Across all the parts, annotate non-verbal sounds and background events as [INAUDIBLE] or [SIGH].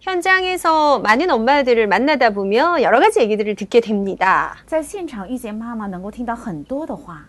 현장에서 많은 엄마들을 만나다 보면 여러 가지 얘기들을 듣게 됩니다. 在现场遇见妈妈，能够听到很多的话，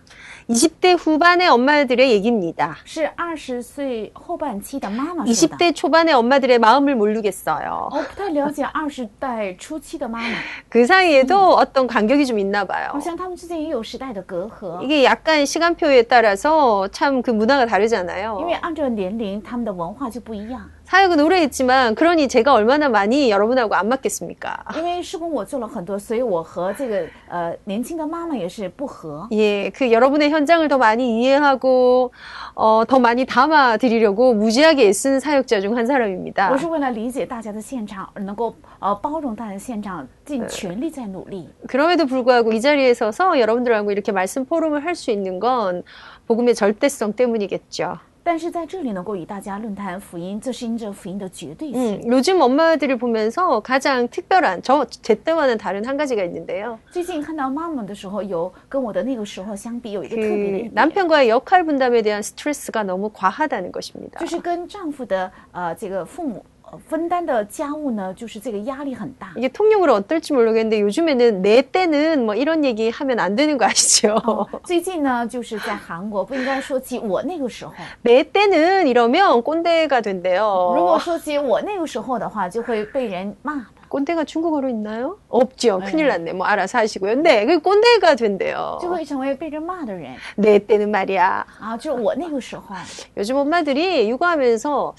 20대 후반의 엄마들의 얘기입니다. 是二十岁后半期的妈妈说的。 20대 초반의 엄마들의 마음을 모르겠어요. 我不太了解二十代初期的妈 [LAUGHS] 妈， 그 사이에도 어떤 간격이 좀 있나 봐요. 好像她们之间也有时代的隔阂， 이게 약간 시간표에 따라서 참 그 문화가 因为 다르잖아요. 按照年龄，她们的文化就不一样。 사역은 오래 했지만 그러니 제가 얼마나 많이 여러분하고 안 맞겠습니까? 因为施工我做了很多，所以我和这个呃年轻的妈妈也是不合。 예, 그 여러분의 현장을 더 많이 이해하고 어, 더 많이 담아 드리려고 무지하게 애쓴 사역자 중 한 사람입니다. 我是为了理解大家的现场，而能够呃包容大家的现场，尽全力在努力。 그럼에도 불구하고 이 자리에 서서 여러분들하고 이렇게 말씀 포럼을 할 수 있는 건 복음의 절대성 때문이겠죠. 但是在这里能够与大家论坛福音，这是因着福音的绝对 음, 性。 요즘 엄마들을 보면서 가장 특별한 저 제 때와는 다른 한 가지가 있는데요. 最近看到妈妈的时候，有跟我的那个时候相比，有一个特别的 그 一点， 남편과의 역할 분담에 대한 스트레스가 너무 과하다는 것입니다. 就是跟丈夫的呃这个父母呃分担的家务呢，就是这个压力很大。 이게 통용으로 어떨지 모르겠는데 요즘에는 내 때는 뭐 이런 얘기 하면 안 되는 거 아시죠? 哦最近呢，就是在韩国，不应该说起我那个时候。 [LAUGHS] 내 때는 이러면 꼰대가 된대요. 如果说起我那个时候的话，就会被人骂的。 꼰대가 중국어로 있나요? 없죠. 큰일 났네. 뭐 알아서 하시고요. 네, 그 꼰대가 된대요. 就会成为被人骂的人 내 네, 때는 말이야. 啊！就是我那个时候， 요즘 엄마들이 육아하면서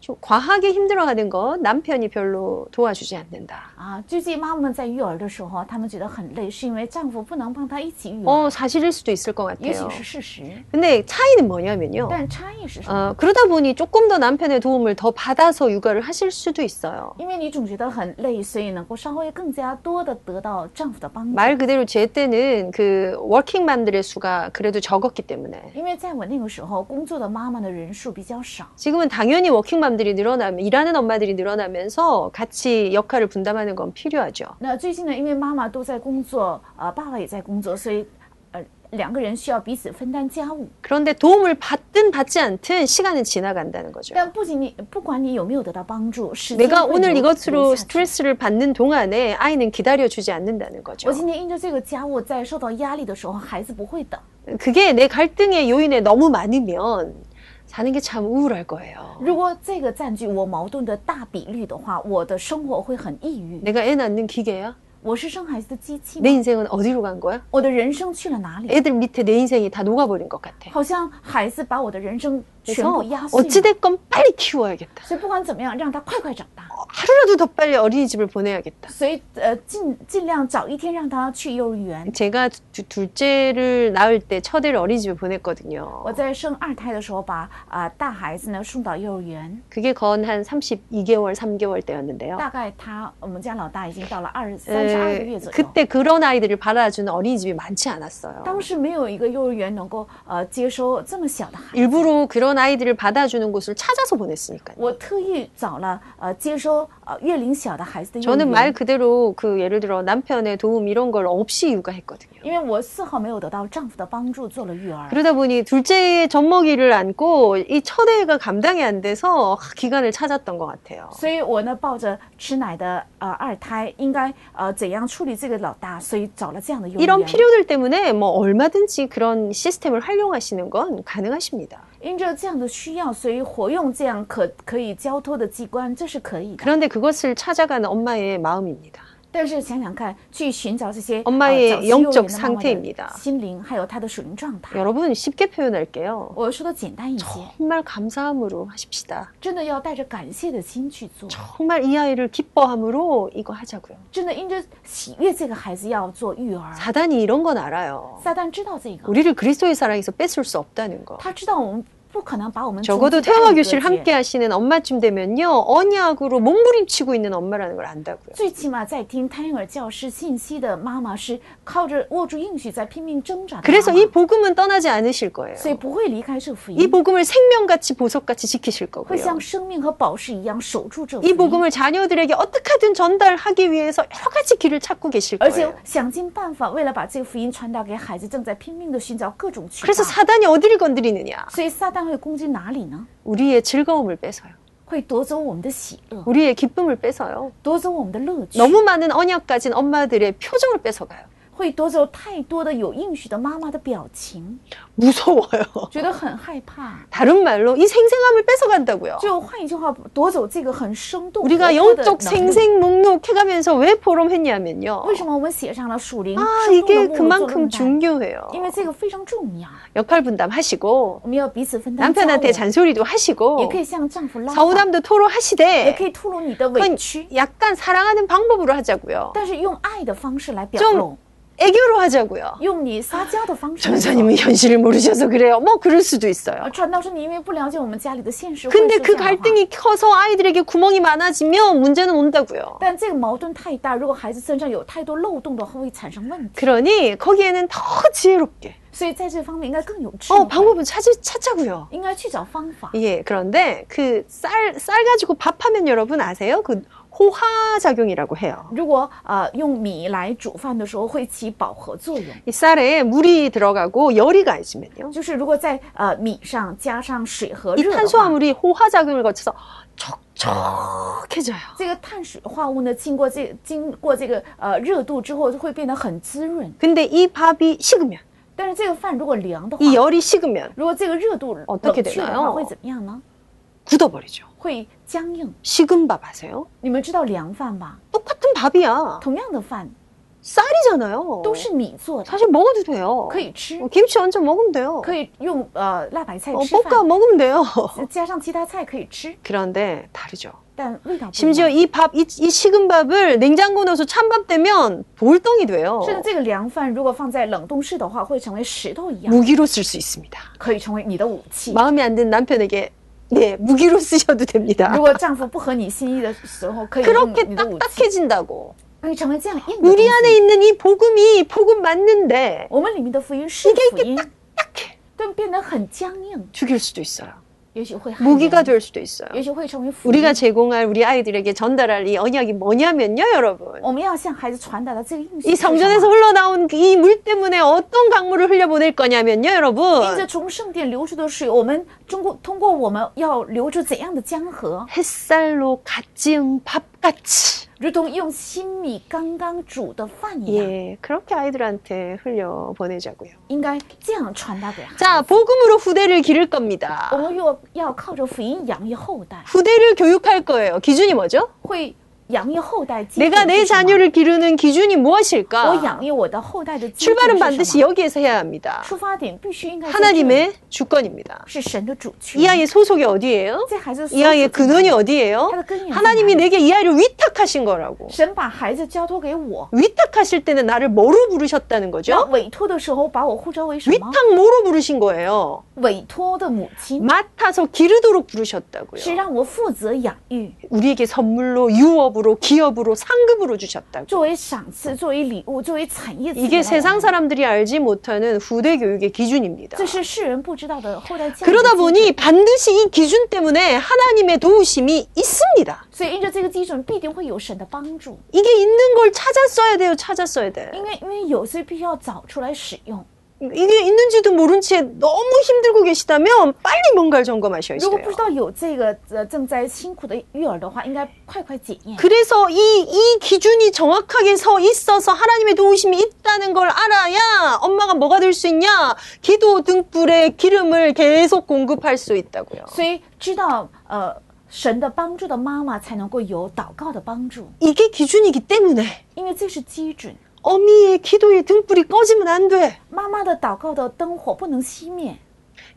좀 과하게 힘들어하는 건 남편이 별로 도와주지 않는다. 啊，最近妈妈们在育儿的时候，她们觉得很累，是因为丈夫不能帮她一起育儿， 어, 사실일 수도 있을 것 也 같아요. 许是事实， 근데 차이는 뭐냐면요. 但差异是什么？ 어, 그러다 보니 조금 더 남편의 도움을 더 받아서 육아를 하실 수도 있어요. 因为你总觉得很累，所以能够稍微更加多的得到丈夫的帮助。 말 그대로 제 때는 그 워킹맘들의 수가 그래도 적었기 때문에 因为在我那个时候，工作的妈妈的人数比较少， 지금은 당연히 워킹맘들이 늘어나면 일하는 엄마들이 늘어나면서 같이 역할을 분담하는 건 필요하죠. 那最近呢，因为妈妈都在工作，呃，爸爸也在工作，所以呃，两个人需要彼此分担家务。 그런데 도움을 받든 받지 않든 시간은 지나간다는 거죠. 但不仅你不管你有没有得到帮助，时间 내가 会 오늘 流流 이것으로 下去 스트레스를 받는 동안에 아이는 기다려주지 않는다는 거죠. 我今天因着这个家务，在受到压力的时候，孩子不会等。 그게 내 갈등의 요인에 너무 많으면 사는 게 참 우울할 거예요. 如果这个占据我矛盾的大比率的话，我的生活会很抑郁。 내가 애 낳는 기계야? 我是生孩子的机器 내 吗？ 인생은 어디로 간 거야? 我的人生去了哪里？ 애들 밑에 내 인생이 다 녹아버린 것 같아. 好像孩子把我的人生全 그래서 部压碎了。 어찌됐건 빨리 키워야겠다. 所以不管怎么样，让他快快长大。 하루라도 더 빨리 어린이집을 보내야겠다. 所以呃，尽尽量早一天让他去幼儿园。 제가 두- 둘째를 낳을 때 첫애를 어린이집에 보냈거든요. 我在生二胎的时候把，啊大孩子呢送到幼儿园， 그게 건 한 32개월, 3개월 때였는데요. 大概他我们家老大已经到了二三十二个 에, 月左右。 그때 그런 아이들을 받아주는 어린이집이 많지 않았어요. 当时没有一个幼儿园能够呃接收这么小的孩子， 일부러 그런 아이들을 받아주는 곳을 찾아서 보냈으니까요. 我特意找了呃接收呃月龄小的孩子的幼儿 저는 말 园， 그대로 그 예를 들어 남편의 도움 이런 걸 없이 육아했거든요. 因为我丝毫没有得到丈夫的帮助做了育儿， 그러다 보니 둘째의 젖먹이를 안고 이 첫애가 감당이 안 돼서 기간을 찾았던 것 같아요. 所以我呢抱着吃奶的呃二胎应该呃怎样处理这个老大，所以找了这样的幼 이런 儿园。 필요들 때문에 뭐 얼마든지 그런 시스템을 활용하시는 건 가능하십니다. 因着这样的需要，所以活用这样可可以交托的机关，这是可以的。 그런데 그것을 찾아가는 엄마의 마음입니다. 但是想想看，去寻找这些 엄마의 呃早期幼儿园的 영적 妈妈的 상태입니다 心灵还有她的属灵状态。 여러분 쉽게 표현할게요. 我说的简单一些， 정말 감사함으로 하십시다. 真的要带着感谢的心去做， 정말 이 아이를 기뻐함으로 이거 하자고요. 真的因着喜悦这个孩子要做育儿。 사단이 이런 건 알아요. 撒旦知道这个， 우리를 그리스도의 사랑에서 뺏을 수 없다는 거. 他知道我们不可能把我们从 적어도 自己的爱 태화 隔 교실 绝 함께 하시는 엄마쯤 되면요. 언약으로 몸부림치고 있는 엄마라는 걸 안다고요. 最起码在听胎儿教师信息的妈妈是靠着握住应许在拼命挣扎的 그래서 妈 이 妈， 복음은 떠나지 않으실 거예요. 所以不会离开这福音 이 。 복음을 생명같이 보석같이 지키실 会 거고요. 像生命和宝石一样守住这福 이 音， 복음을 자녀들에게 어떻게 하든 전달하기 위해서 여러 가지 길을 찾고 계실 而且 거예요. 想尽办法，为了把这个福音传达给孩子，正在拼命的寻找各种渠道 그래서 。 사단이 어디를 건드리느냐? 所以撒旦会攻击哪里呢？ 우리의 즐거움을 뺏어요. 会夺走我们的喜乐， 우리의 기쁨을 뺏어요. 夺走我们的乐嗯趣， 너무 많은 언약 가진 엄마들의 표정을 뺏어가요. 会夺走太多的有应许的妈妈的表情， 무서워요. 觉得很害怕。 다른 말로 이 생생함을 뺏어간다고요. 就换一句话，夺走这个很生动活泼 우리가 的能 영적 力。 생생 목록해가면서 왜 보름했냐면요. 为什么我们写上了属灵 아, 生动 이게 的目录做论 그만큼 坛？ 중요해요. 因为这个非常重要， 역할 분담하시고 我们要彼此分担家务， 남편한테 잔소리도 也 하시고 可以向丈夫拉倒， 서우담도 也 토로하시되 可以吐露你的委 예, 그건 屈， 약간 사랑하는 방법으로 하자고요. 但是用爱的方式来表 좀 露， 애교로 하자고요. 用用你撒娇的方式来表露。 전사님은 현실을 모르셔서 그래요. 뭐 그럴 수도 啊 있어요. 传道说你因为不了解我们家里的现实，会 근데 说这 그 样的话。 갈등이 커서 아이들에게 구멍이 많아지면 문제는 온다고요. 但这个矛盾太大，如果孩子身上有太多漏洞的话，会产生问题。 그러니 거기에는 더 지혜롭게 所以在这方面应该更有智 어, 慧， 방법은 찾, 찾자고요. 应该去找方法。 예, 그런데 그 쌀 쌀 가지고 밥하면 여러분 아세요? 그 호화 작용이라고 해요. 如果呃用米来煮饭的时候，会起饱和作用。 이 쌀에 물이 들어가고 열이 가해지면요. 就是如果在呃米上加上水和 이 热的话， 탄수화물이 호화 작용을 거쳐서 촉촉해져요. 这个碳水化合物呢，经过这经过这个呃热度之后，就会变得很滋润。 근데 이 밥이 식으면 但是这个饭如果凉的话， 이 열이 식으면 如果这个热度冷 어떻게되나요 却的话，会怎么样呢？ 굳어버리죠. 会僵硬。 식은 밥 아세요? 你们知道凉饭吧？ 똑같은 밥이야. 同样的饭 쌀이잖아요. 都是米做的， 사실 먹어도 돼요. 可以吃 어, ， 김치 얹어 먹으면 돼요. 可以用呃辣白菜 어, 吃 볶아 饭，呃 먹으면 돼요. 加上其他菜可以吃， [LAUGHS] 그런데 다르죠. 但味道不一 심지어 样。 이 밥, 이, 이 식은 밥을 냉장고 넣어서 찬밥 되면 볼덩이 돼요. 甚至这个凉饭如果放在冷冻室的话，会成为石头一样， 무기로 쓸 수 있습니다. 可以成为你的武器。 마음에 안 드는 남편에게 네 무기로 쓰셔도 됩니다. [LAUGHS] 如果丈夫不合你心意的时候，可以用 그렇게 你的武器， 딱딱해진다고. 可以成为这样硬的东 우리 西。 안에 있는 이 복음이 복음 맞는데 我们里面的福音是 이게 福 이렇게 音， 딱딱해 但变得很僵硬， 죽일 수도 있어요. 也许会害人 무기가 될 수도 있어요. 也许会成为福音 우리가 。 제공할 우리 아이들에게 전달할 이 언약이 뭐냐면요, 여러분. 我们要向孩子传达的这个应许 이 是什么， 성전에서 흘러나온 이 물 때문에 어떤 강물을 흘려보낼 거냐면요, 因着 여러분. 从圣殿流出的水，我们中国通过我们要流出怎样的江河？ 햇살로 갓 지은 밥같이. 如同用新米刚刚煮的饭一样， 예, 그렇게 아이들한테 흘려보내자고요. 应该这样传达给孩子。 자, 복음으로 후대를 기를 我 겁니다. 们又要靠着福音养育后代， 후대를 교육할 거예요. 기준이 뭐죠? 会养育后代基础 내가 내 是什么。 자녀를 기르는 기준이 我 무엇일까? 养育我的后代啊的基础是 출발은 什么 반드시 어, 여기에서 해야 합니다. 出发点必须应该在这里 하나님의 주권입니다. 是神的主权。 이 아이의 소속이 어디예요? 这孩子所 이 아이의 处境 근원이 어디예요? 하나 끈이 하나님이 없잖아요. 내게 이 아이를 위탁하신 거라고. 神把孩子交托给我， 위탁하실 때는 나를 뭐로 부르셨다는 那 거죠? 委托的时候把我呼召为什么？ 위탁 뭐로 부르신 거예요? 委托的母亲 맡아서 기르도록 是 부르셨다고요. 让我负责养育， 우리에게 선물로 유업으로 기업으로 상급으로 주셨다고. 作为赏赐，作为礼物，作为产业。 이게 세상 。 사람들이 알지 못하는 후대 교육의 기준입니다. 这是世人不知道的后代教育。 그러다 보니 반드시 이 기준 때문에 하나님의 도우심이 있습니다. 所以因着这个基准，必定会有神的帮助。 이게 있는 걸 찾아 써야 돼요. 찾아 써야 돼. 因为因为有，所以必须要找出来使用。 이게 있는지도 모른 채 너무 힘들고 계시다면 빨리 뭔가를 점검하셔야 如果 돼요. 不知道有这个呃正在辛苦的育儿的话，应该快快检验。 그래서 이 이 기준이 정확하게 서 있어서 하나님의 도우심이 있다는 걸 알아야 엄마가 뭐가 될 수 있냐? 기도 등불에 기름을 계속 공급할 수 있다고요. 所以知道呃神的帮助的妈妈才能够有祷告的帮助， 이게 기준이기 때문에 因为这是基准。 어미의 기도의 등불이 꺼지면 안 돼. 妈妈的祷告的灯火不能熄灭，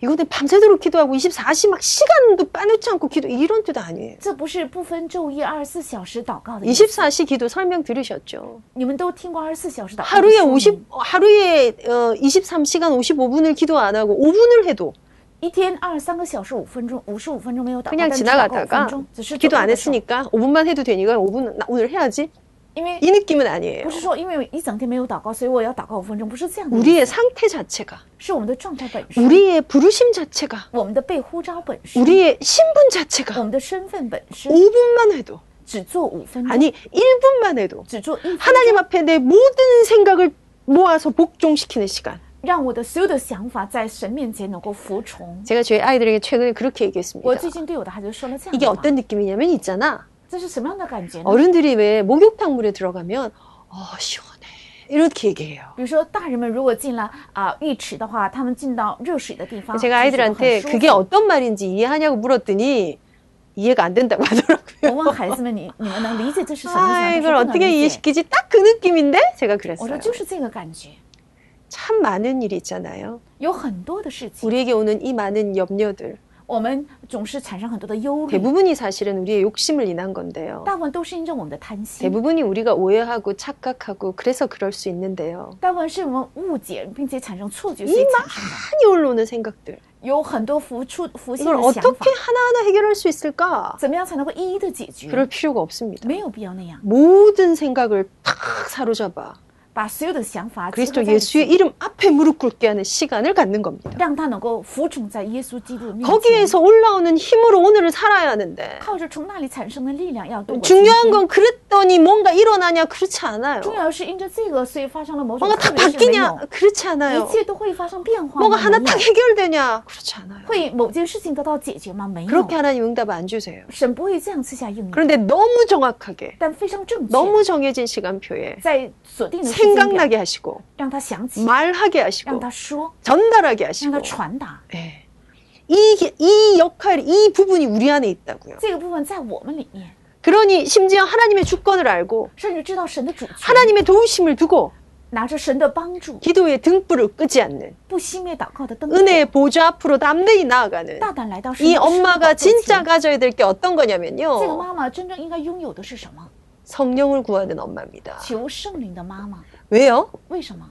이거는 밤새도록 기도하고 24시 막 시간도 빠놓지 않고 기도 이런 뜻 아니에요. 这不是不分昼夜二十四小时祷告的意思。 24시 기도 설명 들으셨죠? 你们都听过二十四小时祷告的说 하루에 明50 하루에 어, 23시간 55분을 기도 안 하고 5분을 해도 一天二十三个小时五分钟，五十五分钟没有祷告， 그냥 但只祷告五分 지나가다가 钟，只是 기도 안 走路的时候 했으니까 5분만 해도 되니까 5분 나 오늘 해야지 因为 이 느낌은 아니에요. 不是说因为一整天没有祷告，所以我要祷告五分钟，不是这样的， 우리의 상태 자체가 是我们的状态本身， 우리의 부르심 자체가 我们的被呼召本身， 우리의 신분 我 자체가 们的身份本身， 5분만 해도 只做五分钟， 아니 1분만 해도 只做一分钟， 하나님 앞에 내 모든 생각을 모아서 복종시키는 시간. 让我的所有的想法在神面前能够服从。 제가 저희 아이들에게 최근에 그렇게 我 얘기했습니다. 最近对我的孩子说了这样 이게 的哦话， 어떤 느낌이냐면 있잖아. 这是什么样的感 네. 觉呢？ 어른들이 왜 목욕탕 물에 들어가면 어 시원해 이렇게 얘기해요. 比如说，大人们如果进了啊、浴池的话，他们进到热水的地方， 제가 就觉得很 아이들한테 舒 그게 服 어떤 말인지 이해하냐고 물었더니 이해가 안 된다고 我 하더라고요. 问孩子们，你 [LAUGHS] 你们能理哎解这是什么意思吗？ 아, 他说 이걸 不能 어떻게 理解 이해시키지? 딱 그 느낌인데? 제가 我 그랬어요. 说就是这个感觉， 참 많은 일이 있잖아요. 有很多的事情， 우리에게 오는 이 많은 염려들. 我们总是产生很多的忧虑， 대부분이 사실은 우리의 욕심을 인한 건데요. 大部分都是因着我们的贪心， 대부분이 우리가 오해하고 착각하고 그래서 그럴 수 있는데요. 大部分是我们误解并且产生错觉，所以 이 产生的 많이 올라오는 생각들. 有很多浮出浮现 이걸 的想法 어떻게 ， 하나하나 해결할 수 있을까? 怎么样才能够一一的解决？ 그럴 필요가 없습니다. 没有必要那样， 모든 생각을 탁 사로잡아 把所有的想法集合 그리스도 在一起 예수의 이름 앞에 무릎 꿇게 하는 시간을 갖는 겁니다. 让他能够服从在耶稣基督的面前， 거기에서 올라오는 힘으로 오늘을 살아야 하는데 靠着从那里产生的力量要度过今天。 중요한 건 그랬더니 뭔가 일어나냐 그렇지 않아요. 重要是因着这个，所以发生了某种 뭔가 特 탁 别是没有 바뀌냐 그렇지 一 않아요. 切都会发生变化吗？ 뭐가 하나 没有 탁 해결되냐 그렇지 않아요. 会某件事情得到解决吗？没有 그렇게 ， 하나님 응답 안 주세요. 神不会这样赐下应允， 그런데 너무 정확하게 但非常正确， 너무 정해진 시간표에 在锁定的时间表， 생각나게 하시고 让他想起， 말하게 让 하시고 他说， 전달하게 让他 하시고 传达。 예. 이, 이 역할, 이 부분이 우리 안에 있다고요. 这个部分在我们里面， 그러니 심지어 하나님의 주권을 알고 甚至知道神的主权， 하나님의 도우심을 두고 拿着神的帮助， 기도의 등불을 끄지 않는 不熄灭祷告的灯火， 은혜의 보좌 앞으로 담대히 나아가는 大胆来到神 이 的施宝 엄마가 座前 진짜 가져야 될 게 어떤 这个 거냐면요. 妈妈真正应该拥有的是什么？ 성령을 구하는 엄마입니다. 求圣灵的妈妈， 왜요? 为什么？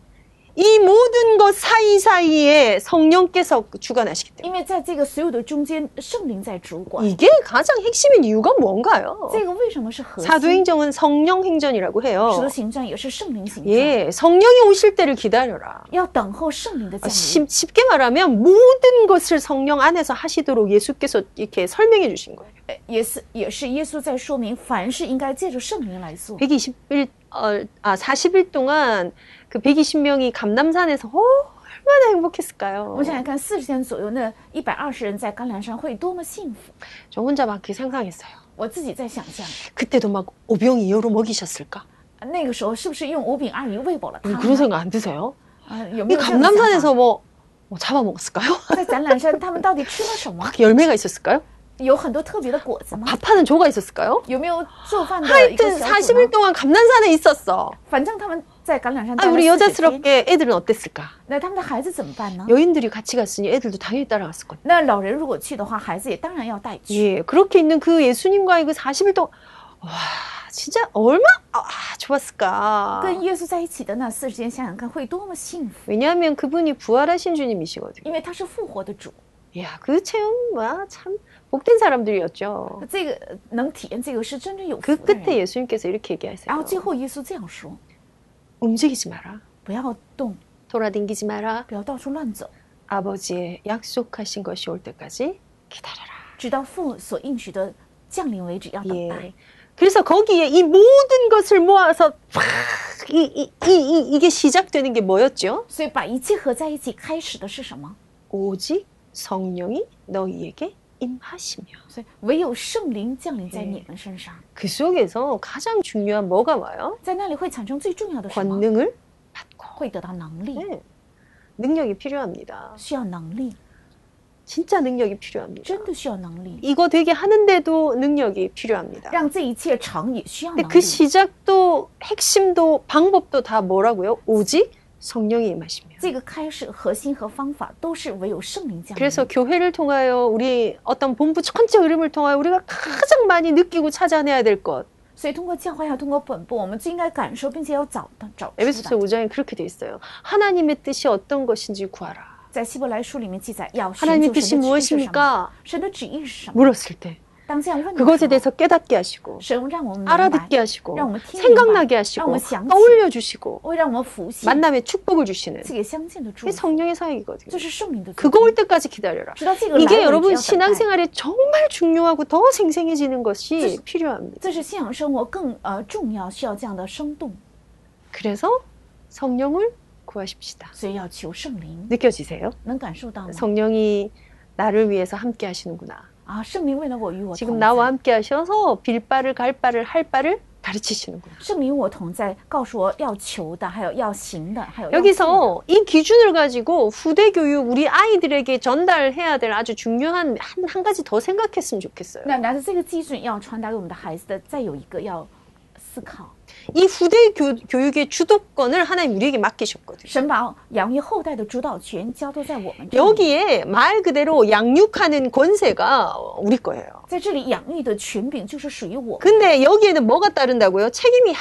이 모든 것 사이사이에 성령께서 주관하시기 때문에 因为在这个所有的中间，圣灵在主管。 이게 가장 핵심인 이유가 뭔가요? 这个为什么是核心？ 사도행정은 성령 행전이라고 使徒 해요. 行传也是圣灵行传， 예, 성령이 오실 때를 기다려라. 要等候圣灵的 어, 降临。 쉽- 쉽게 말하면 모든 것을 성령 안에서 하시도록 예수께서 이렇게 설명해 주신 거예요. 呃也是也是耶稣在说明，凡事应该借着圣灵来哎做。 121, 어, 아, 40일 동안 그 120명이 감남산에서 어, 얼마나 我 행복했을까요? 们想想看，四十天左右，那一百二十人在橄榄山会多么幸福！ 저 혼자 막 이렇게 상상했어요. 我自己在想象， 그때도 막 오병이어로 먹이셨을까? 那个时候是不是用五饼二鱼喂饱了他 음, 们？ 그런 생각 안 드세요? 啊，有没 이 有这样的想法 감남산에서 뭐, 뭐 잡아먹었을까요? [LAUGHS] 在橄榄山，他们到底吃了什么？ 막 열매가 있었을까요? 有很多特别的果子吗？ 밥 하는 조가 있었을까요? 有没有做饭的一个 하여튼 小组呢 40일 동안 감남산에 있었어. 反正他们在橄榄山 아, 待了 우리 40天 여자스럽게 애들은 어땠을까? 那他们的孩子怎么办呢？ 여인들이 같이 갔으니 애들도 당연히 따라갔었거든요. 那老人如果去的话，孩子也当然要带去。 예, 그렇게 있는 그 예수님과의 그 40일 동안, 와, 진짜 얼마, 아, 좋았을까. 跟耶稣在一起的那四十天，想想看会多么幸福， 왜냐하면 그분이 부활하신 주님이시거든요. 因为他是复活的主。 이야, 그 체험, 와, 참, 복된 사람들이었죠. 这个呃能体验这个是真正有福 그 的人。 끝에 예수님께서 이렇게 然后 얘기하세요. 最后耶稣这样说 움직이지 마라. ：“不要动， 돌아댕기지 마라. 不要到处乱走， 아버지의 약속하신 것이 올 때까지 기다려라. 直到父所应许的降临为止，要等待。 예. 그래서 거기에 이 모든 것을 모아서 팍! 이, 이, 이, 이, 이게 시작되는 게 뭐였죠? 所以把一切合在一起，开始的是什么？ 오직 성령이 너희에게 임하시며. 所以唯有圣灵降临在 예 你们身上， 그 속에서 가장 중요한 뭐가 와요? 在那里会产生最重要的什么？ 권능을 받고. 会得到能力， 네. 능력이 필요합니다. 需要能力， 진짜 능력이 필요합니다. 真的需要能力。 이거 되게 하는데도 능력이 필요합니다. 让这一切成也需要 근데 能 그 力。 시작도 핵심도 방법도 다 뭐라고요? 오직 성령이 임하시며. 这个开始核心和方法都是唯有圣灵降临。 그래서 교회를 통하여 우리 어떤 본부 전체 흐름을 통하여 우리가 가장 많이 느끼고 찾아내야 될 것. 所以通过教会啊要通过本部，我们最应该感受并且要找到找出 에베소서 的。 5장에 그렇게 돼 있어요. 하나님의 뜻이 어떤 것인지 구하라. 在希伯来书里面记载，要寻 하나님의 求神 뜻이 的旨意是什么？ 무엇입니까? 神的旨意是什么？ 물었을 때 当这样问的 그것에 时候， 대해서 깨닫게 하시고 神让我们明白 알아듣게 ， 하시고 야, 오늘 팀 생각나게 인마. 야, 하시고 오늘 샹- 떠올려 주시고 会让我们服信， 만남의 축복을 주시는 赐给相见的祝 이 福， 성령의 这 사역이거든요. 是圣灵的祝 그거 福。 올 때까지 기다려라. 直到这个来 이게 了，我 여러분 们只要等待。 신앙생활에 정말 중요하고 더 생생해지는 것이 뜻- 필요합니다. 这是信仰生活更呃重要，需要这样的生动。 그래서 성령을 구하십시다. 所以要求圣灵， 느껴지세요? 能感受 음. 到吗？ 성령이 나를 위해서 함께 하시는구나. 啊，圣灵为了我与我 지금 同 나와 在， 함께 하셔서 빌바를 갈바를 할바를 가르치시는구나. 圣灵与我同在，告诉我要求的，还有要行的，还有要做的 여기서 이 기준을 가지고 후대 교육 우리 아이들에게 전달해야 될 아주 중요한 한, 한 가지 더 생각했으면 좋겠어요. 那拿着这个基准要传达给我们的孩子的，再有一个要思考， 이 후대 교, 교육의 주도권을 하나님 우리에게 맡기셨거든요. 神把养育后代的主导权交托在我们这里， 여기에 말 그대로 양육하는 권세가 우리 거예요. 在这里养育的权柄就是属于我们， 근데 여기에는 뭐가 따른다고요? 책임이 하,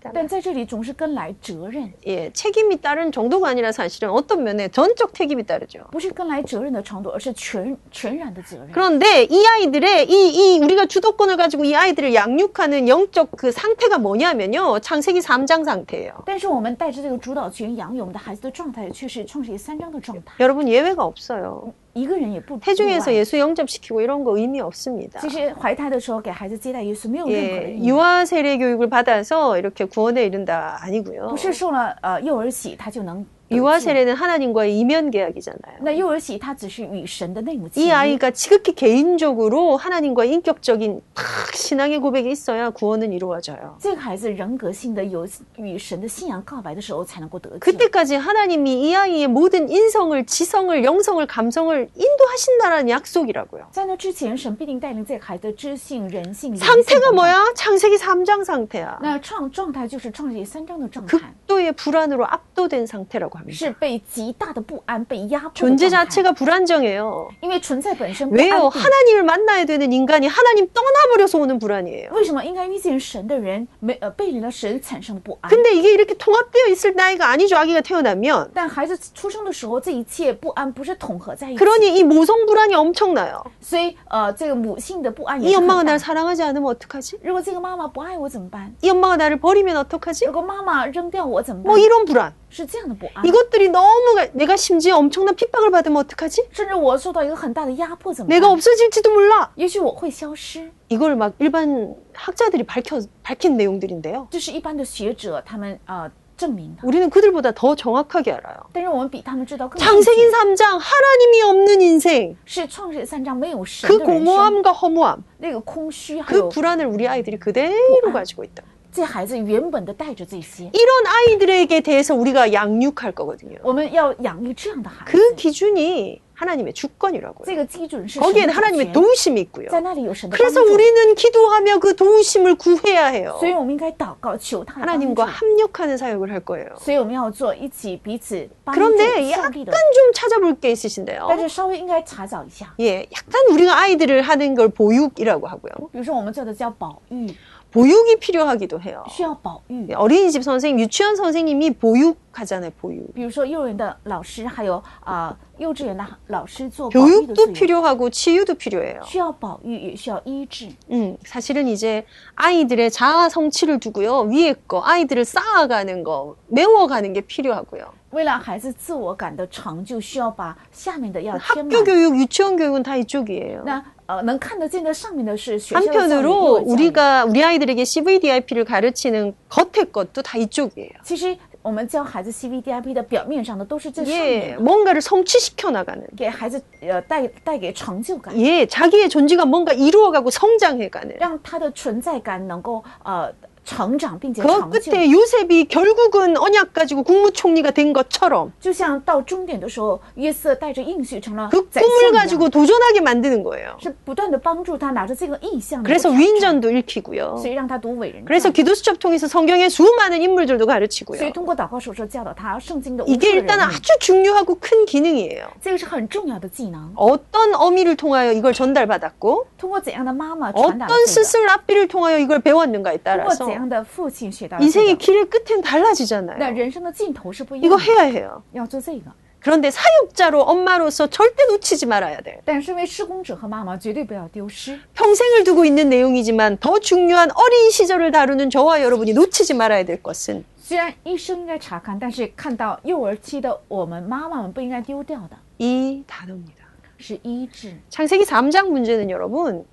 따라. 但在这里总是跟来责任， 예, 책임이 따른 정도가 아니라 사실은 어떤 면에 전적 책임이 따르죠. 不是跟来责任的程度，而是全全然的责任。 그런데 이 아이들의 이, 이 우리가 주도권을 가지고 이 아이들을 양육하는 영적 그 상태가 뭐냐면요. 창세기 3장 상태예요. 但是我们带着这个主导权养育我们的孩子的状态，却是创世纪三章的状态， 여러분 예외가 없어요. 一个人也不例 태중에서 外 예수 영접시키고 이런 거 의미 없습니다. 其实怀胎的时候给孩子接待耶稣没有任何的 예, 意义， 유아 세례 교육을 받아서 이렇게 구원에 이른다 아니고요. 不是受了呃幼儿洗他就能得 유아 救 세례는 하나님과의 이면 계약이잖아요. 那幼儿洗它只是与神的内幕契 이 约， 아이가 지극히 개인적으로 하나님과 인격적인 탁 신앙의 고백이 있어야 구원은 이루어져요. 这个孩子人格性的有与神的信仰告白的时候才能够得救。 그때까지 하나님이 이 아이의 모든 인성을, 지성을, 영성을, 감성을 인도하신다라는 약속이라고요. 在那之前，神必定带领这个孩子的知性、人性、灵性 상태가 等等 뭐야? 창세기 3장 상태야. 那创状态就是创世纪三章的状态， 극도의 불안으로 압도된 상태라고 합니다. 是被极大的不安、被压迫的状态 존재 자체가 불안정해요. 因为存在本身不安 왜요? 定。 하나님을 만나야 되는 인간이 하나님 떠나버려서 오는 불안이에요. 为什么应该遇见神的人没呃背离了神产生的不安？ 근데 이게 이렇게 통합되어 있을 나이가 아니죠. 아기가 태어나면. 但孩子出生的时候，这一切不安不是统合在一起， 그러니 이 모성 불안이 엄청나요. 所以呃，这个母性的不安也 이 是很 엄마가 大 날 。 사랑하지 않으면 어떡하지? 如果这个妈妈不爱我怎么办？ 이 엄마가 나를 버리면 어떡하지? 如果妈妈扔掉我怎么办 뭐 ？ 이런 불안. 是这样的 아. 不安， 이것들이 너무 가- 내가 심지어 엄청난 핍박을 받으면 어떡하지? 甚至我受到一个很大的压迫怎么 내가 办？ 없어질지도 몰라. 也许我会消失， 이걸 막 일반 학자들이 밝혀 밝힌 내용들인데요. 这是一般的学者他们呃证明的， 우리는 그들보다 더 정확하게 알아요. 但是我们比他们知道更清楚 창세기 3장 하나님이 없는 인생. 是创世三章没有神 그 的人生， 고모함과 허무함, 那个空虚，还 그 有 불안을 우리 뭐, 아이들이 그대로 가지고 있다. 这孩子原本的带着这些， 이런 아이들에게 대해서 우리가 양육할 거거든요. 我们要养育这样的孩子， 그 기준이 하나님의 주권이라고요. 这个基准是神的 거기에는 主 하나님의 权， 도우심이 있고요. 在那里有神的帮 그래서 助， 우리는 기도하며 그 도우심을 구해야 해요. 所以我们应该祷告求他的帮助 하나님과 ， 합력하는 사역을 할 거예요. 所以我们要做一起彼此 아, 帮助 그런데 效 약간 力的， 좀 찾아볼 게 但 있으신데요. 是稍微应该查找一下。 예, 약간 우리가 아이들을 하는 걸 보육이라고 하고요. 比如说，我们做的叫保育， 보육이 필요하기도 해요. 需要保育 예, 。 어린이집 선생님, 유치원 선생님이 보육하잖아요, 보육. 比如说幼儿园的老师，还有啊、幼稚园的老师做保育的作 교육도 用， 필요하고 치유도 필요해요. 需要保育，也需要医治。 음, 사실은 이제 아이들의 자아 성취를 두고요. 위에 거, 아이들을 쌓아가는 거, 메워가는 게 필요하고요. 为了孩子自我感的成就，需要把下面的要填 학교 满。 교육, 유치원 교육은 다 이쪽이에요. 那呃，能看得见的上面的是学校的教育幼 한편으로 儿教育 우리가 우리 아이들에게 CVDIP를 가르치는 겉의 것도 다 이쪽이에요. 其实我们教孩子 CVDIP 的表面上的都是这上 예, 面的， 뭔가를 성취시켜 나가는. 给孩子呃带带给成就感， 예, 자기의 존재가 뭔가 이루어가고 성장해가는. 让他的存在感能够呃成长并且 그 成就。 끝에 요셉이 결국은 언약 가지고 국무총리가 된 것처럼 就像到终点的时候，约瑟带着应许成了 그 宰相 꿈을 一样 가지고 도전하게 만드는 거예요. 是不断的帮助他拿着这个意向， 그래서 能够 위인전도 읽히고요. 所以让他读伟人传， 그래서 기도수첩 통해서 성경의 수많은 인물들도 所以 가르치고요. 通过祷告手册教导他圣经的无数的 이게 人 일단 物， 아주 중요하고 큰 기능이에요. 这个是很重要的技能。 어떤 어미를 통하여 이걸 전달받았고 通过怎样的妈妈传达了 어떤 这个， 스승을 앞뒤를 통하여 이걸 배웠는가에 哦通过 따라서 怎样的父亲学到了这 인생의 个， 길의 끝엔 那 달라지잖아요. 人生的尽头是不一样 이거 的。 해야 해요. 要做这个， 그런데 사육자로 엄마로서 절대 놓치지 말아야 돼요. 但身为施工者和妈妈绝对不要丢失。 평생을 두고 있는 내용이지만 더 중요한 어린 시절을 다루는 저와 여러분이 놓치지 말아야 될 것은 虽然医生应该查看，但是看到幼儿期的我们妈妈们不应该丢掉的 이 단어입니다. 是医治。 창세기 3장 문제는 여러분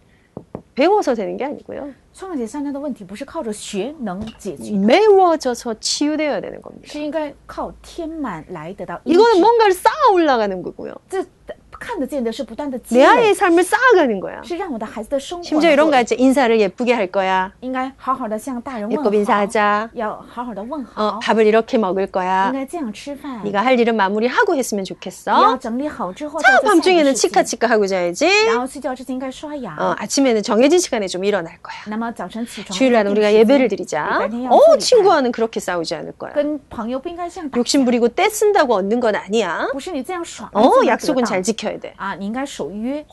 배워서 되는 게 아니고요. 创解善良的问题不是靠着学能解决， 메워져서 치유되어야 되는 겁니다. 是应该靠天满来得到医治。 이거는 뭔가를 쌓아 올라가는 거고요. 这看得见的是不断的积 내 아이의 累， 삶을 쌓아가는 거야. 是让我的孩子的生活 심지어 能 이런 够 거 있지. 인사를 예쁘게 할 거야. 应该好好的向大人问 예쁘게 好， 인사하자. 要好好的问 어, 嗯 네. 好， 밥을 이렇게 먹을 应 거야. 该这样吃饭。 네가 할 일은 마무리하고 했으면 你要 좋겠어. 整理好之后再 참 做下一 밤중에는 个事情。 치카치카 하고 자야지. 然后睡觉之前应该刷牙。 어, 아침에는 정해진 시간에 좀 일어날 거야. 那么早晨起床， 주일날 定 우리가 时 예배를 礼 드리자. 拜天要做礼 어, 拜 친구와는 그렇게 싸우지 않을 거야. 跟朋友不应该这样打， 욕심부리고 떼쓴다고 얻는 건 아니야. 不是你这样爽。 어, 你就能得 약속은 到 잘 지켜야 돼. 啊，你应该守约，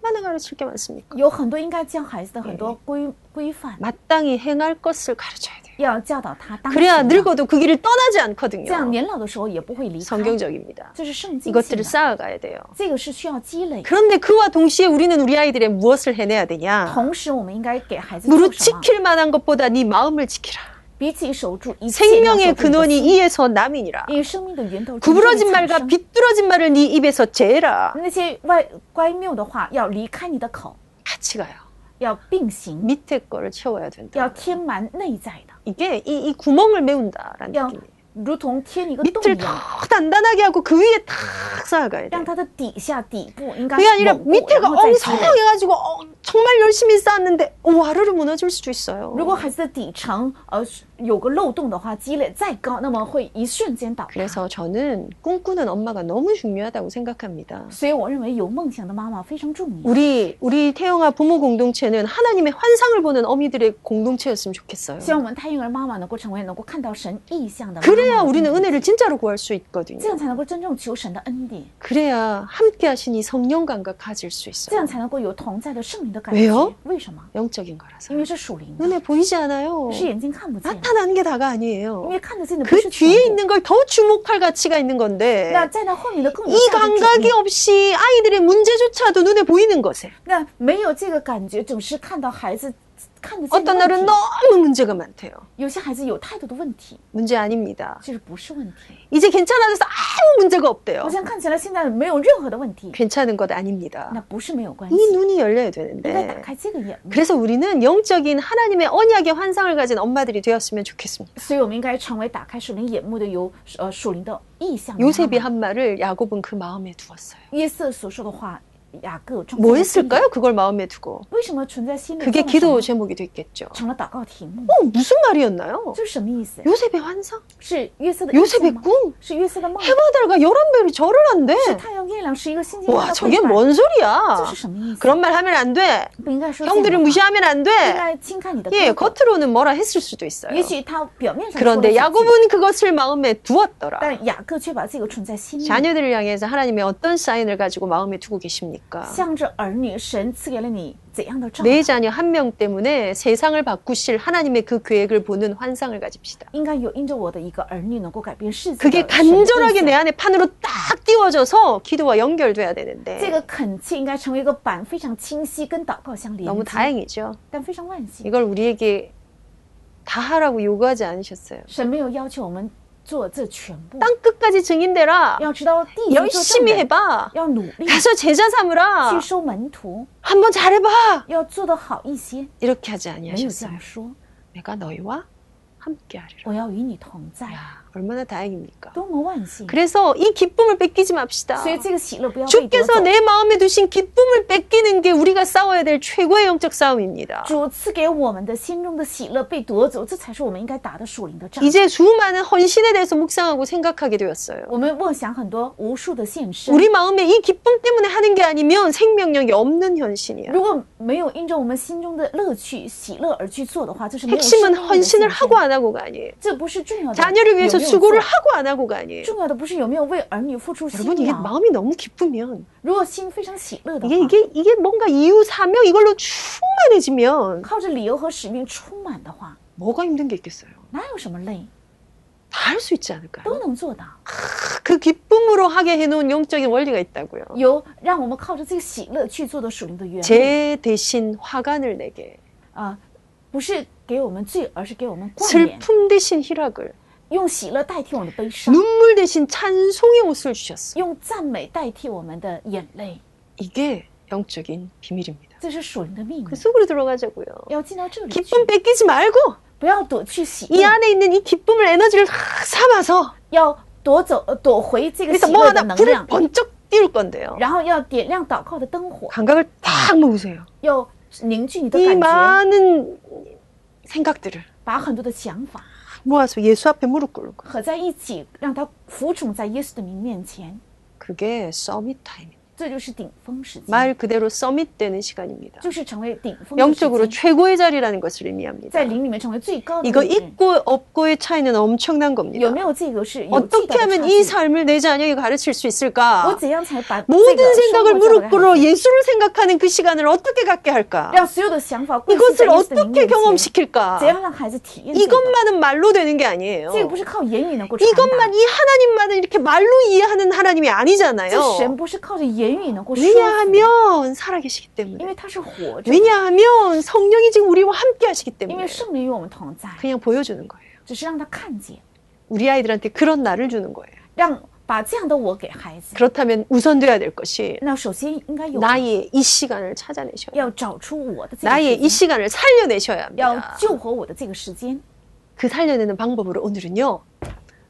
얼마나 가르칠 게 많습니까? 有很多应该教孩子的很多规规范， 마땅히 행할 것을 가르쳐야 돼. 要教导他当行 그래야 的 늙어도 그 길을 떠나지 这样 않거든요. 年老的时候也不会离开。 성경적입니다. 这是圣经性 이것들을 的， 쌓아가야 돼요. 这个是需要积累。 그런데 그와 동시에 우리는 우리 아이들의 무엇을 해내야 되냐? 同时，我们应该给孩子做 무릇 什么？ 지킬 만한 것보다 네 마음을 지키라. 比起守住一切，要守住 생명의 你的 근원이 心 이에서 남이니라. 因为生命的源头真正的 구부러진 产 말과 生。 비뚤어진 말을 네 입에서 제라. 那些外乖谬的话要离开你的口， 같이 가요. 要并行， 밑에 거를 채워야 된다. 要填满内在的， 이게 이, 이 구멍을 메운다라는 要 느낌이에요. 如同填一个洞 밑을 一样， 탁 단단하게 하고 그 위에 탁 쌓아가야 그 뭐, 돼. 让它的底下底部应该 그게 아니라 稳固， 밑에가 然后再积累。 엉성해가지고 어, 정말 열심히 쌓았는데 오, 와르르 무너질 수도 있어요. 如果孩子的底层呃有个漏洞的话，积累再高，那么会一瞬间倒塌。 그래서 저는 꿈꾸는 엄마가 너무 중요하다고 생각합니다. 所以我认为有梦想的妈妈非常重嗯要。 우리 우리 태영아 부모 공동체는 하나님의 환상을 보는 어미들의 공동체였으면 좋겠어요. 希望我们太婴儿妈妈能够成为能够看到神意象的妈妈 그래야 우리는 은혜를 진짜로 구할 수 这 있거든요. 样才能够真正求神的恩典， 그래야 함께 하신 이 성령 감각 가질 수 这样 있어요. 才能够有同在的圣灵的感 왜요 觉。为什么？ 영적인 因 거라서. 为是属灵的， 눈에 보이지 않아요. 是眼睛看不见的。 나타나는 게 다가 因 아니에요. 为看得见的不 그 是 뒤에 全部。 있는 걸 더 주목할 가치가 있는 건데 那在那后面的更有 이 价值主义 감각이 없이 아이들의 문제조차도 눈에 보이는 것에 那没有这个感觉，总是看到孩子看得见的 어떤 问 날은 题。 너무 문제가 많대요. 有些孩子有太多的问题， 문제 아닙니다. 这是不是问题？ 이제 괜찮아져서 아무 문제가 好 없대요. 像看起来现在没有任何的问题， 괜찮은 것 아닙니다. 那不是没有关系 이 。 눈이 열려야 应该打 되는데 开这个眼目， 그래서 우리는 영적인 하나님의 언약의 환상을 가진 엄마들이 되었으면 좋겠습니다. 所以我们应该成为打开属灵眼目的有呃属灵的意象的妈妈。 요셉이 한 말을 야곱은 그 마음에 두었어요. 约瑟所说的话，雅各种 뭐 下了信仰 했을까요? 그걸 마음에 두고 为什么存在心里 그게 种了 기도 什么 제목이 됐겠죠. 成了祷告题目？ 어, 무슨 말이었나요? 这是什么意思？ 요셉의 환상? 是约瑟的意象 요셉의 吗？ 꿈? 是约瑟的梦吗。 해바다가 11배로 절을 한대. 是太阳、月亮是一个星星上 와 的 저게 会 뭔 这 소리야. 是什么意思？ 그런 말 하면 안 돼. 不应该说这样的 형들을 话 무시하면 안 应 돼. 该轻看你的 예, 哥哥 겉으로는 뭐라 했을 수도 있어요. 也许他表面上说了 그런데 几句 야곱은 그것을 마음에 두었더라. 但雅各却把这个存在心里， 음. 자녀들을 향해서 하나님의 어떤 사인을 가지고 마음에 두고 계십니까? 向着儿女，神赐给了你怎样的照 내 顾？ 자녀 한 명 때문에 세상을 바꾸실 하나님의 그 계획을 보는 환상을 가집시다. 应该有因着我的一个儿女能够改变世界 그렇죠. 그게 的神的意 간절하게 思 내 안에 판으로 딱 띄워져서 기도와 연결돼야 这 되는데 个恳切应该成为一个板，非常清晰，跟祷告相连 너무 接， 다행이죠. 但非常万幸， 이걸 우리에게 다 하라고 요구하지 않으셨어요. 神没有要求我们做这全部， 땅 끝까지 증인되라. 要知道地上做证 열심히 人， 해봐. 要努力 가서 제자 삼으라. 去收门徒， 한번 잘해봐. 要做得好一些。 이렇게 하지 没有 아니하셨어요. 这样说， 내가 너희와 함께하리라. 我要与你同在， 야, 얼마나 다행입니까? 多么万幸！ 그래서 이 기쁨을 뺏기지 맙시다. 所以这个喜乐不要被夺 주께서 走。 내 마음에 두신 기쁨을 뺏기는 게 우리가 싸워야 될 최고의 영적 싸움입니다. 主赐给我们的心中的喜乐被夺走，这才是我们应该打的属灵的仗。 이제 수많은 헌신에 대해서 묵상하고 생각하게 되었어요. 我们妄想很多无数的现实， 우리 마음에 이 기쁨 때문에 하는 게 아니면 생명력이 없는 현신이야. 如果没有因着我们心中的乐趣、喜乐而去做的话，这是没有 핵심은 生命的献 헌신을 身 하고 안 하고가 아니에요. 这不是重要的。 자녀를 위해서 有没有 수고를 做 하고 안 하고가 아니에요. 重要的不是有没有为儿女付出心 여러분 이게 劳。 마음이 너무 기쁘면 如果心非常喜乐的话 이게 ， 이게 이게 뭔가 이유 사명 이걸로 충만해지면 靠着理由和使命充满的话， 뭐가 힘든 게 있겠어요? 哪有什么累， 다 할 수 있지 않을까요? 都能做到。 그 기쁨으로 하게 해놓은 영적인 원리가 있다고요. 有让我们靠着这个喜乐去做的属灵的 예. 原理 제 대신 화관을 내게 啊，不是给我们罪，而是给我们 어, 예. 冠冕。 슬픔 대신 희락을 用喜乐代替我们的悲伤， 눈물 대신 찬송의 옷을 주셨어요. 用赞美代替我们的眼泪。 이게 영적인 비밀입니다. 这是属灵的秘密 그 ， 속으로 들어가자고요. 要进到这里去， 기쁨 뺏기지 음. 말고 不要躲去喜 이 乐， 안에 있는 이 기쁨을 에너지를 다 삼아서 要夺走呃躲回这个 그래서 喜 뭐 乐的 하나 能 불을 量， 번쩍 띄울 건데요. 然后要点亮祷告的灯火， 감각을 팍 모으세요. 要凝聚你的 이 感觉， 많은 생각들을 把很多的想法 모아서 예수 앞에 무릎 꿇고 合在一起，让它服从在耶稣的名面前， 그게 서밋 타임입니다. 这就是顶峰时期， 말 그대로 서밋 되는 시간입니다. 就是成为顶峰的时 영적으로 期， 최고의 자리라는 네, 것을 의미합니다. 在灵里面成为最高的 이거 位置 있고 없고의 차이는 엄청난 有 겁니다. 没有这个是有巨 어떻게 大 하면 的差 이 距。 삶을 내 자녀에게 가르칠 수 我 있을까? 怎样才把这 모든 个生 생각을 活教给 무릎 孩子 꿇어 예수를 생각하는 그 시간을 어떻게 갖게 할까? 让所有的想法归宿在 이것을 耶稣的名 어떻게 面前， 경험시킬까? 怎样让孩子体验这个？ 이것만은 말로 되는 게 아니에요. 这个不是靠言语能够传达 이것만 ，이 하나님만은 이렇게 말로 이해하는 하나님이 哎这 아니잖아요. 神不是靠着言语能够说服， 왜냐하면 살아계시기 因 때문에. 为他是活着， 네. 왜냐하면 성령이 지금 우리와 함께 하시기 因 때문에. 为圣灵与我们同在， 그냥 보여주는 거예요. 只是让他看见， 우리 아이들한테 그런 나를 주는 거예요. 让把这样的我给孩子。 그렇다면 우선돼야 될 것이 那首先应该有 나의 이 시간을 찾아내셔야 돼요. 要找出我的这个 나의 时 이 间， 시간을 살려내셔야 要 합니다. 救活我的这个时间， 그 살려내는 방법으로 오늘은요.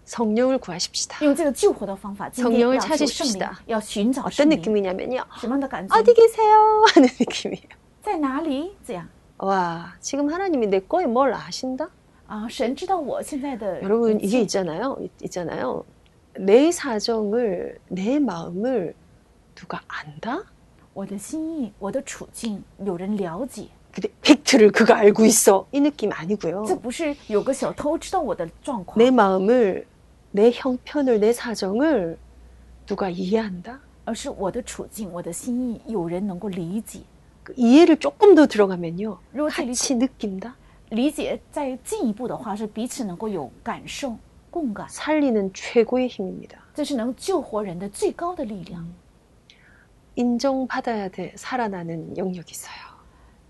성령을 구하십시다. 用这个救活的方法，今天 성령을 要求 찾으십시다 圣灵，要寻找圣 어떤 灵， 느낌이냐면요. 什么样的感觉？ 어디 계세요? [LAUGHS] 하는 느낌이에요. 在哪里？这样 와, 지금 하나님이 내 거에 뭘 아신다? 啊，神知道我现在的 여러분, 이게 있잖아요. 있- 있잖아요. 내 사정을, 내 마음을 누가 안다? 我的心意，我的处境，有人了解， 근데 팩트를 그가 알고 있어. 이 느낌 아니고요. 这不是有个小偷知道我的状况 내 ， 마음을, 내 형편을, 내 사정을 누가 이해한다? 而是我的处境，我的心意，有人能够理解。 그 이해를 조금 더 들어가면요. 로즈 같이 느낀다? 理解再进一步的话，是彼此能够有感受、共感， 살리는 최고의 힘입니다. 这是能救活人的最高的力量。嗯 인정받아야 돼. 살아나는 영역이 있어요.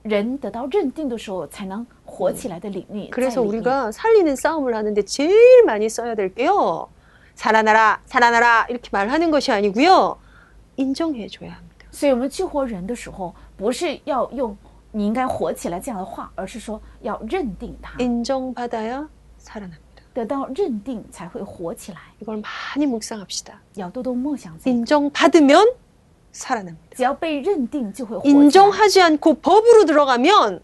人得到认定的时候，才能活起来的理念。嗯 그래서 在里面 우리가 살리는 싸움을 하는데 제일 많이 써야 될 게요. 살아나라, 살아나라 이렇게 말하는 것이 아니고요. 인정해 줘야 합니다. 所以我们救活人的时候，不是要用“你应该活起来”这样的话，而是说要认定他，嗯 인정받아야 살아납니다. 得到认定才会活起来。 이걸 많이 묵상합시다. 要多多梦想自嗯己， 인정받으면 살아납니다. 只要被认定就会活起来。 인정하지 않고 법으로 들어가면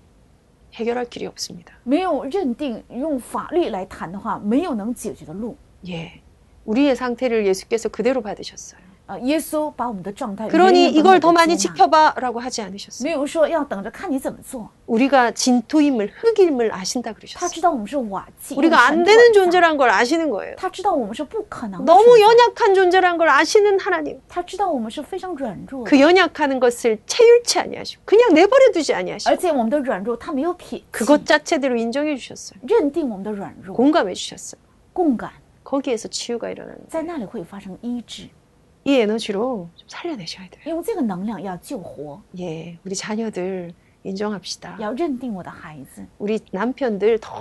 해결할 길이 없습니다. 没有认定，用法律来谈的话，没有能解决的路。 예. 우리의 상태를 예수께서 그대로 받으셨어요. 啊，耶稣把我们的状态， 그러니 永远都 네, 이걸 能 더 많이 够接纳 지켜봐라고 하지 않으셨어요. 没有说要等着看你怎么 네. 做， 우리가 진토임을 흙임을 아신다 他 그러셨어요. 知道我们是瓦器， 우리가 用 안 神的 되는 管家 존재란 걸 아시는 그렇죠. 거예요. 他知道我们是不可能的存 너무 在， 연약한 존재란 걸 아시는 하나님. 他知道我们是非常软弱的， 그 연약하는 것을 체율치 아니하시고 그냥 내버려 두지 而 아니하시고 且我们的软弱他没有撇弃， 그것 자체대로 인정해 주셨어요. 认定我们的软弱， 공감해 주셨어요. 共感 거기에서 치유가 일어나는 거예요. 在那里会发生医治， 이 에너지로 좀 살려내셔야 돼요. 用这个能量要救活， 예, 우리 자녀들 인정합시다. 要认定我的孩子， 우리 남편들 더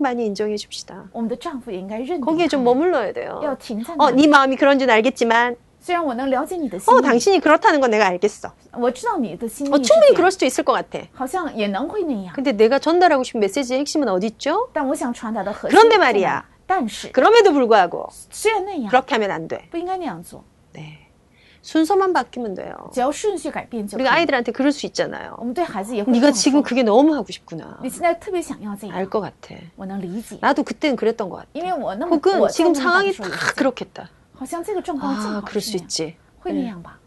많이 인정해 줍시다. 我们的丈夫也应该认定 거기에 他 좀 네. 们， 머물러야 要 돼요. 停在那 어, 里。 네 마음이 그런지는 알겠지만, 虽然我能了解你哦的心哦 어 意， 당신이 그렇다는 건 내가 알겠어. 我知道你的心意是 어, 충분히 这样 그럴 수도 있을 것 같아. 好像也能会那样。 근데 내가 전달하고 싶은 메시지의 핵심은 어디 있죠? 但我想传达的核 그런데 心是 말이야 这样但是 그럼에도 불구하고 虽然那样， 그렇게 하면 안 돼. 不应该那样做， 네. 순서만 바뀌면 돼요. 只要顺序改变就可以 우리가 了。 아이들한테 그럴 수 있잖아요. 그렇죠. 我们对孩子也会这 네가 样 지금 说。 그게 너무 하고 싶구나. 你现在特别想要这 알 样， 것 같아. 我能理解， 나도 그때는 그랬던 것 같아. 因为我那么我 혹은 在 지금 那么大的뭐 상황이 时다候也是这样 그렇겠다. 好像这个状况正 아 好 그럴 啊是 수 那样， 있지. 네. 会那样吧？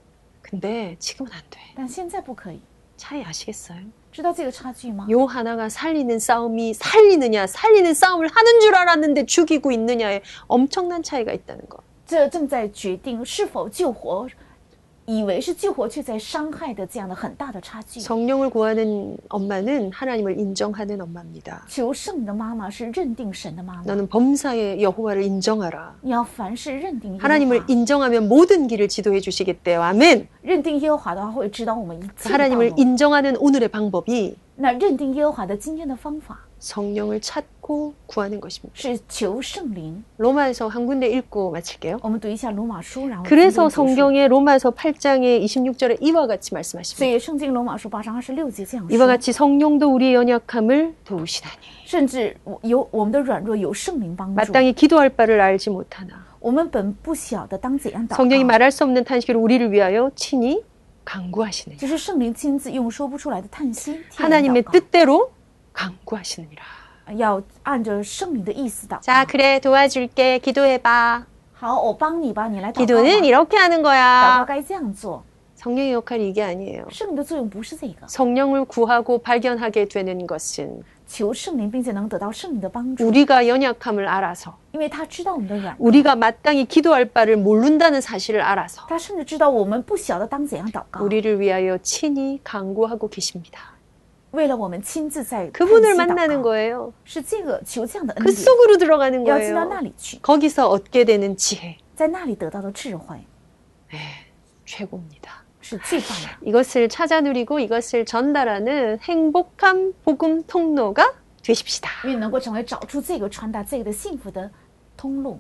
근데 지금은 안 돼. 但现在不可以， 차이 아시겠어요? 知道这个差距吗？ 요 하나가 살리는 싸움이 살리느냐, 살리는 싸움을 하는 줄 알았는데 죽이고 있느냐에 엄청난 차이가 있다는 거. 这正在决定是否救活，以为是救活却在伤害的这样的很大的差距。 성령을 구하는 엄마는 하나님을 인정하는 엄마입니다. 求圣的妈妈是认定神的妈妈， 너는 범사의 여호와를 인정하라. 你要凡事认定耶和华 하나님을 인정하면 모든 길을 지도해 주시겠대요. 아멘. 认定耶和华的话，会指导我们一切的道 하나님을 路。 인정하는 오늘의 방법이 那认定耶和华的今天的方法， 성령을 찾고 구하는 것입니다. 是求圣灵。 로마에서 한 군데 읽고 마칠게요. 我们读一下罗马书，然后今天 음, 그래서 结束 성경에 로마서 8장에 26절에 이와 같이 所 말씀하십니다. 以圣经罗马书八章二十六节这样 이와 说， 같이 성령도 우리의 연약함을 도우시다니 甚至我有我们的软弱有圣灵帮助， 마땅히 기도할 바를 알지 못하나 我们本不晓得当怎样祷 성령이 告， 말할 수 없는 탄식으로 우리를 위하여 친히 강구하시네 就是圣灵亲自用说不出来的叹息替我们 하나님의 祷告 뜻대로 강구하시느니라 要按着圣灵的意思祷 자 告。 그래 도와줄게 기도해봐 好，我帮你吧，你来祷告 기도는 吧。 이렇게 하는 祷告 거야 该这样做， 어, 성령의 역할이 이게 아니에요 圣灵的作用不是这个， 성령을 구하고 발견하게 되는 것은 求圣灵，并且能得到圣灵的帮助， 우리가 연약함을 알아서 因为他知道我们的软弱， 우리가 마땅히 기도할 바를 모른다는 사실을 알아서 他甚至知道我们不晓得当怎样祷告， 우리를 위하여 친히 강구하고 계십니다 为了我们亲自在叹息 그분을 祷 만나는 告， 거예요 是这个求这样的恩 그 典。 속으로 들어가는 要进到 거예요 那里去， 거기서 얻게 되는 지혜 在那里得到的智慧 최고입니다. 是最棒的。 이것을 찾아 누리고 이것을 전달하는 행복한 복음 통로가 되십시다. 因为能够成为找出这个传达这个的幸福的通路。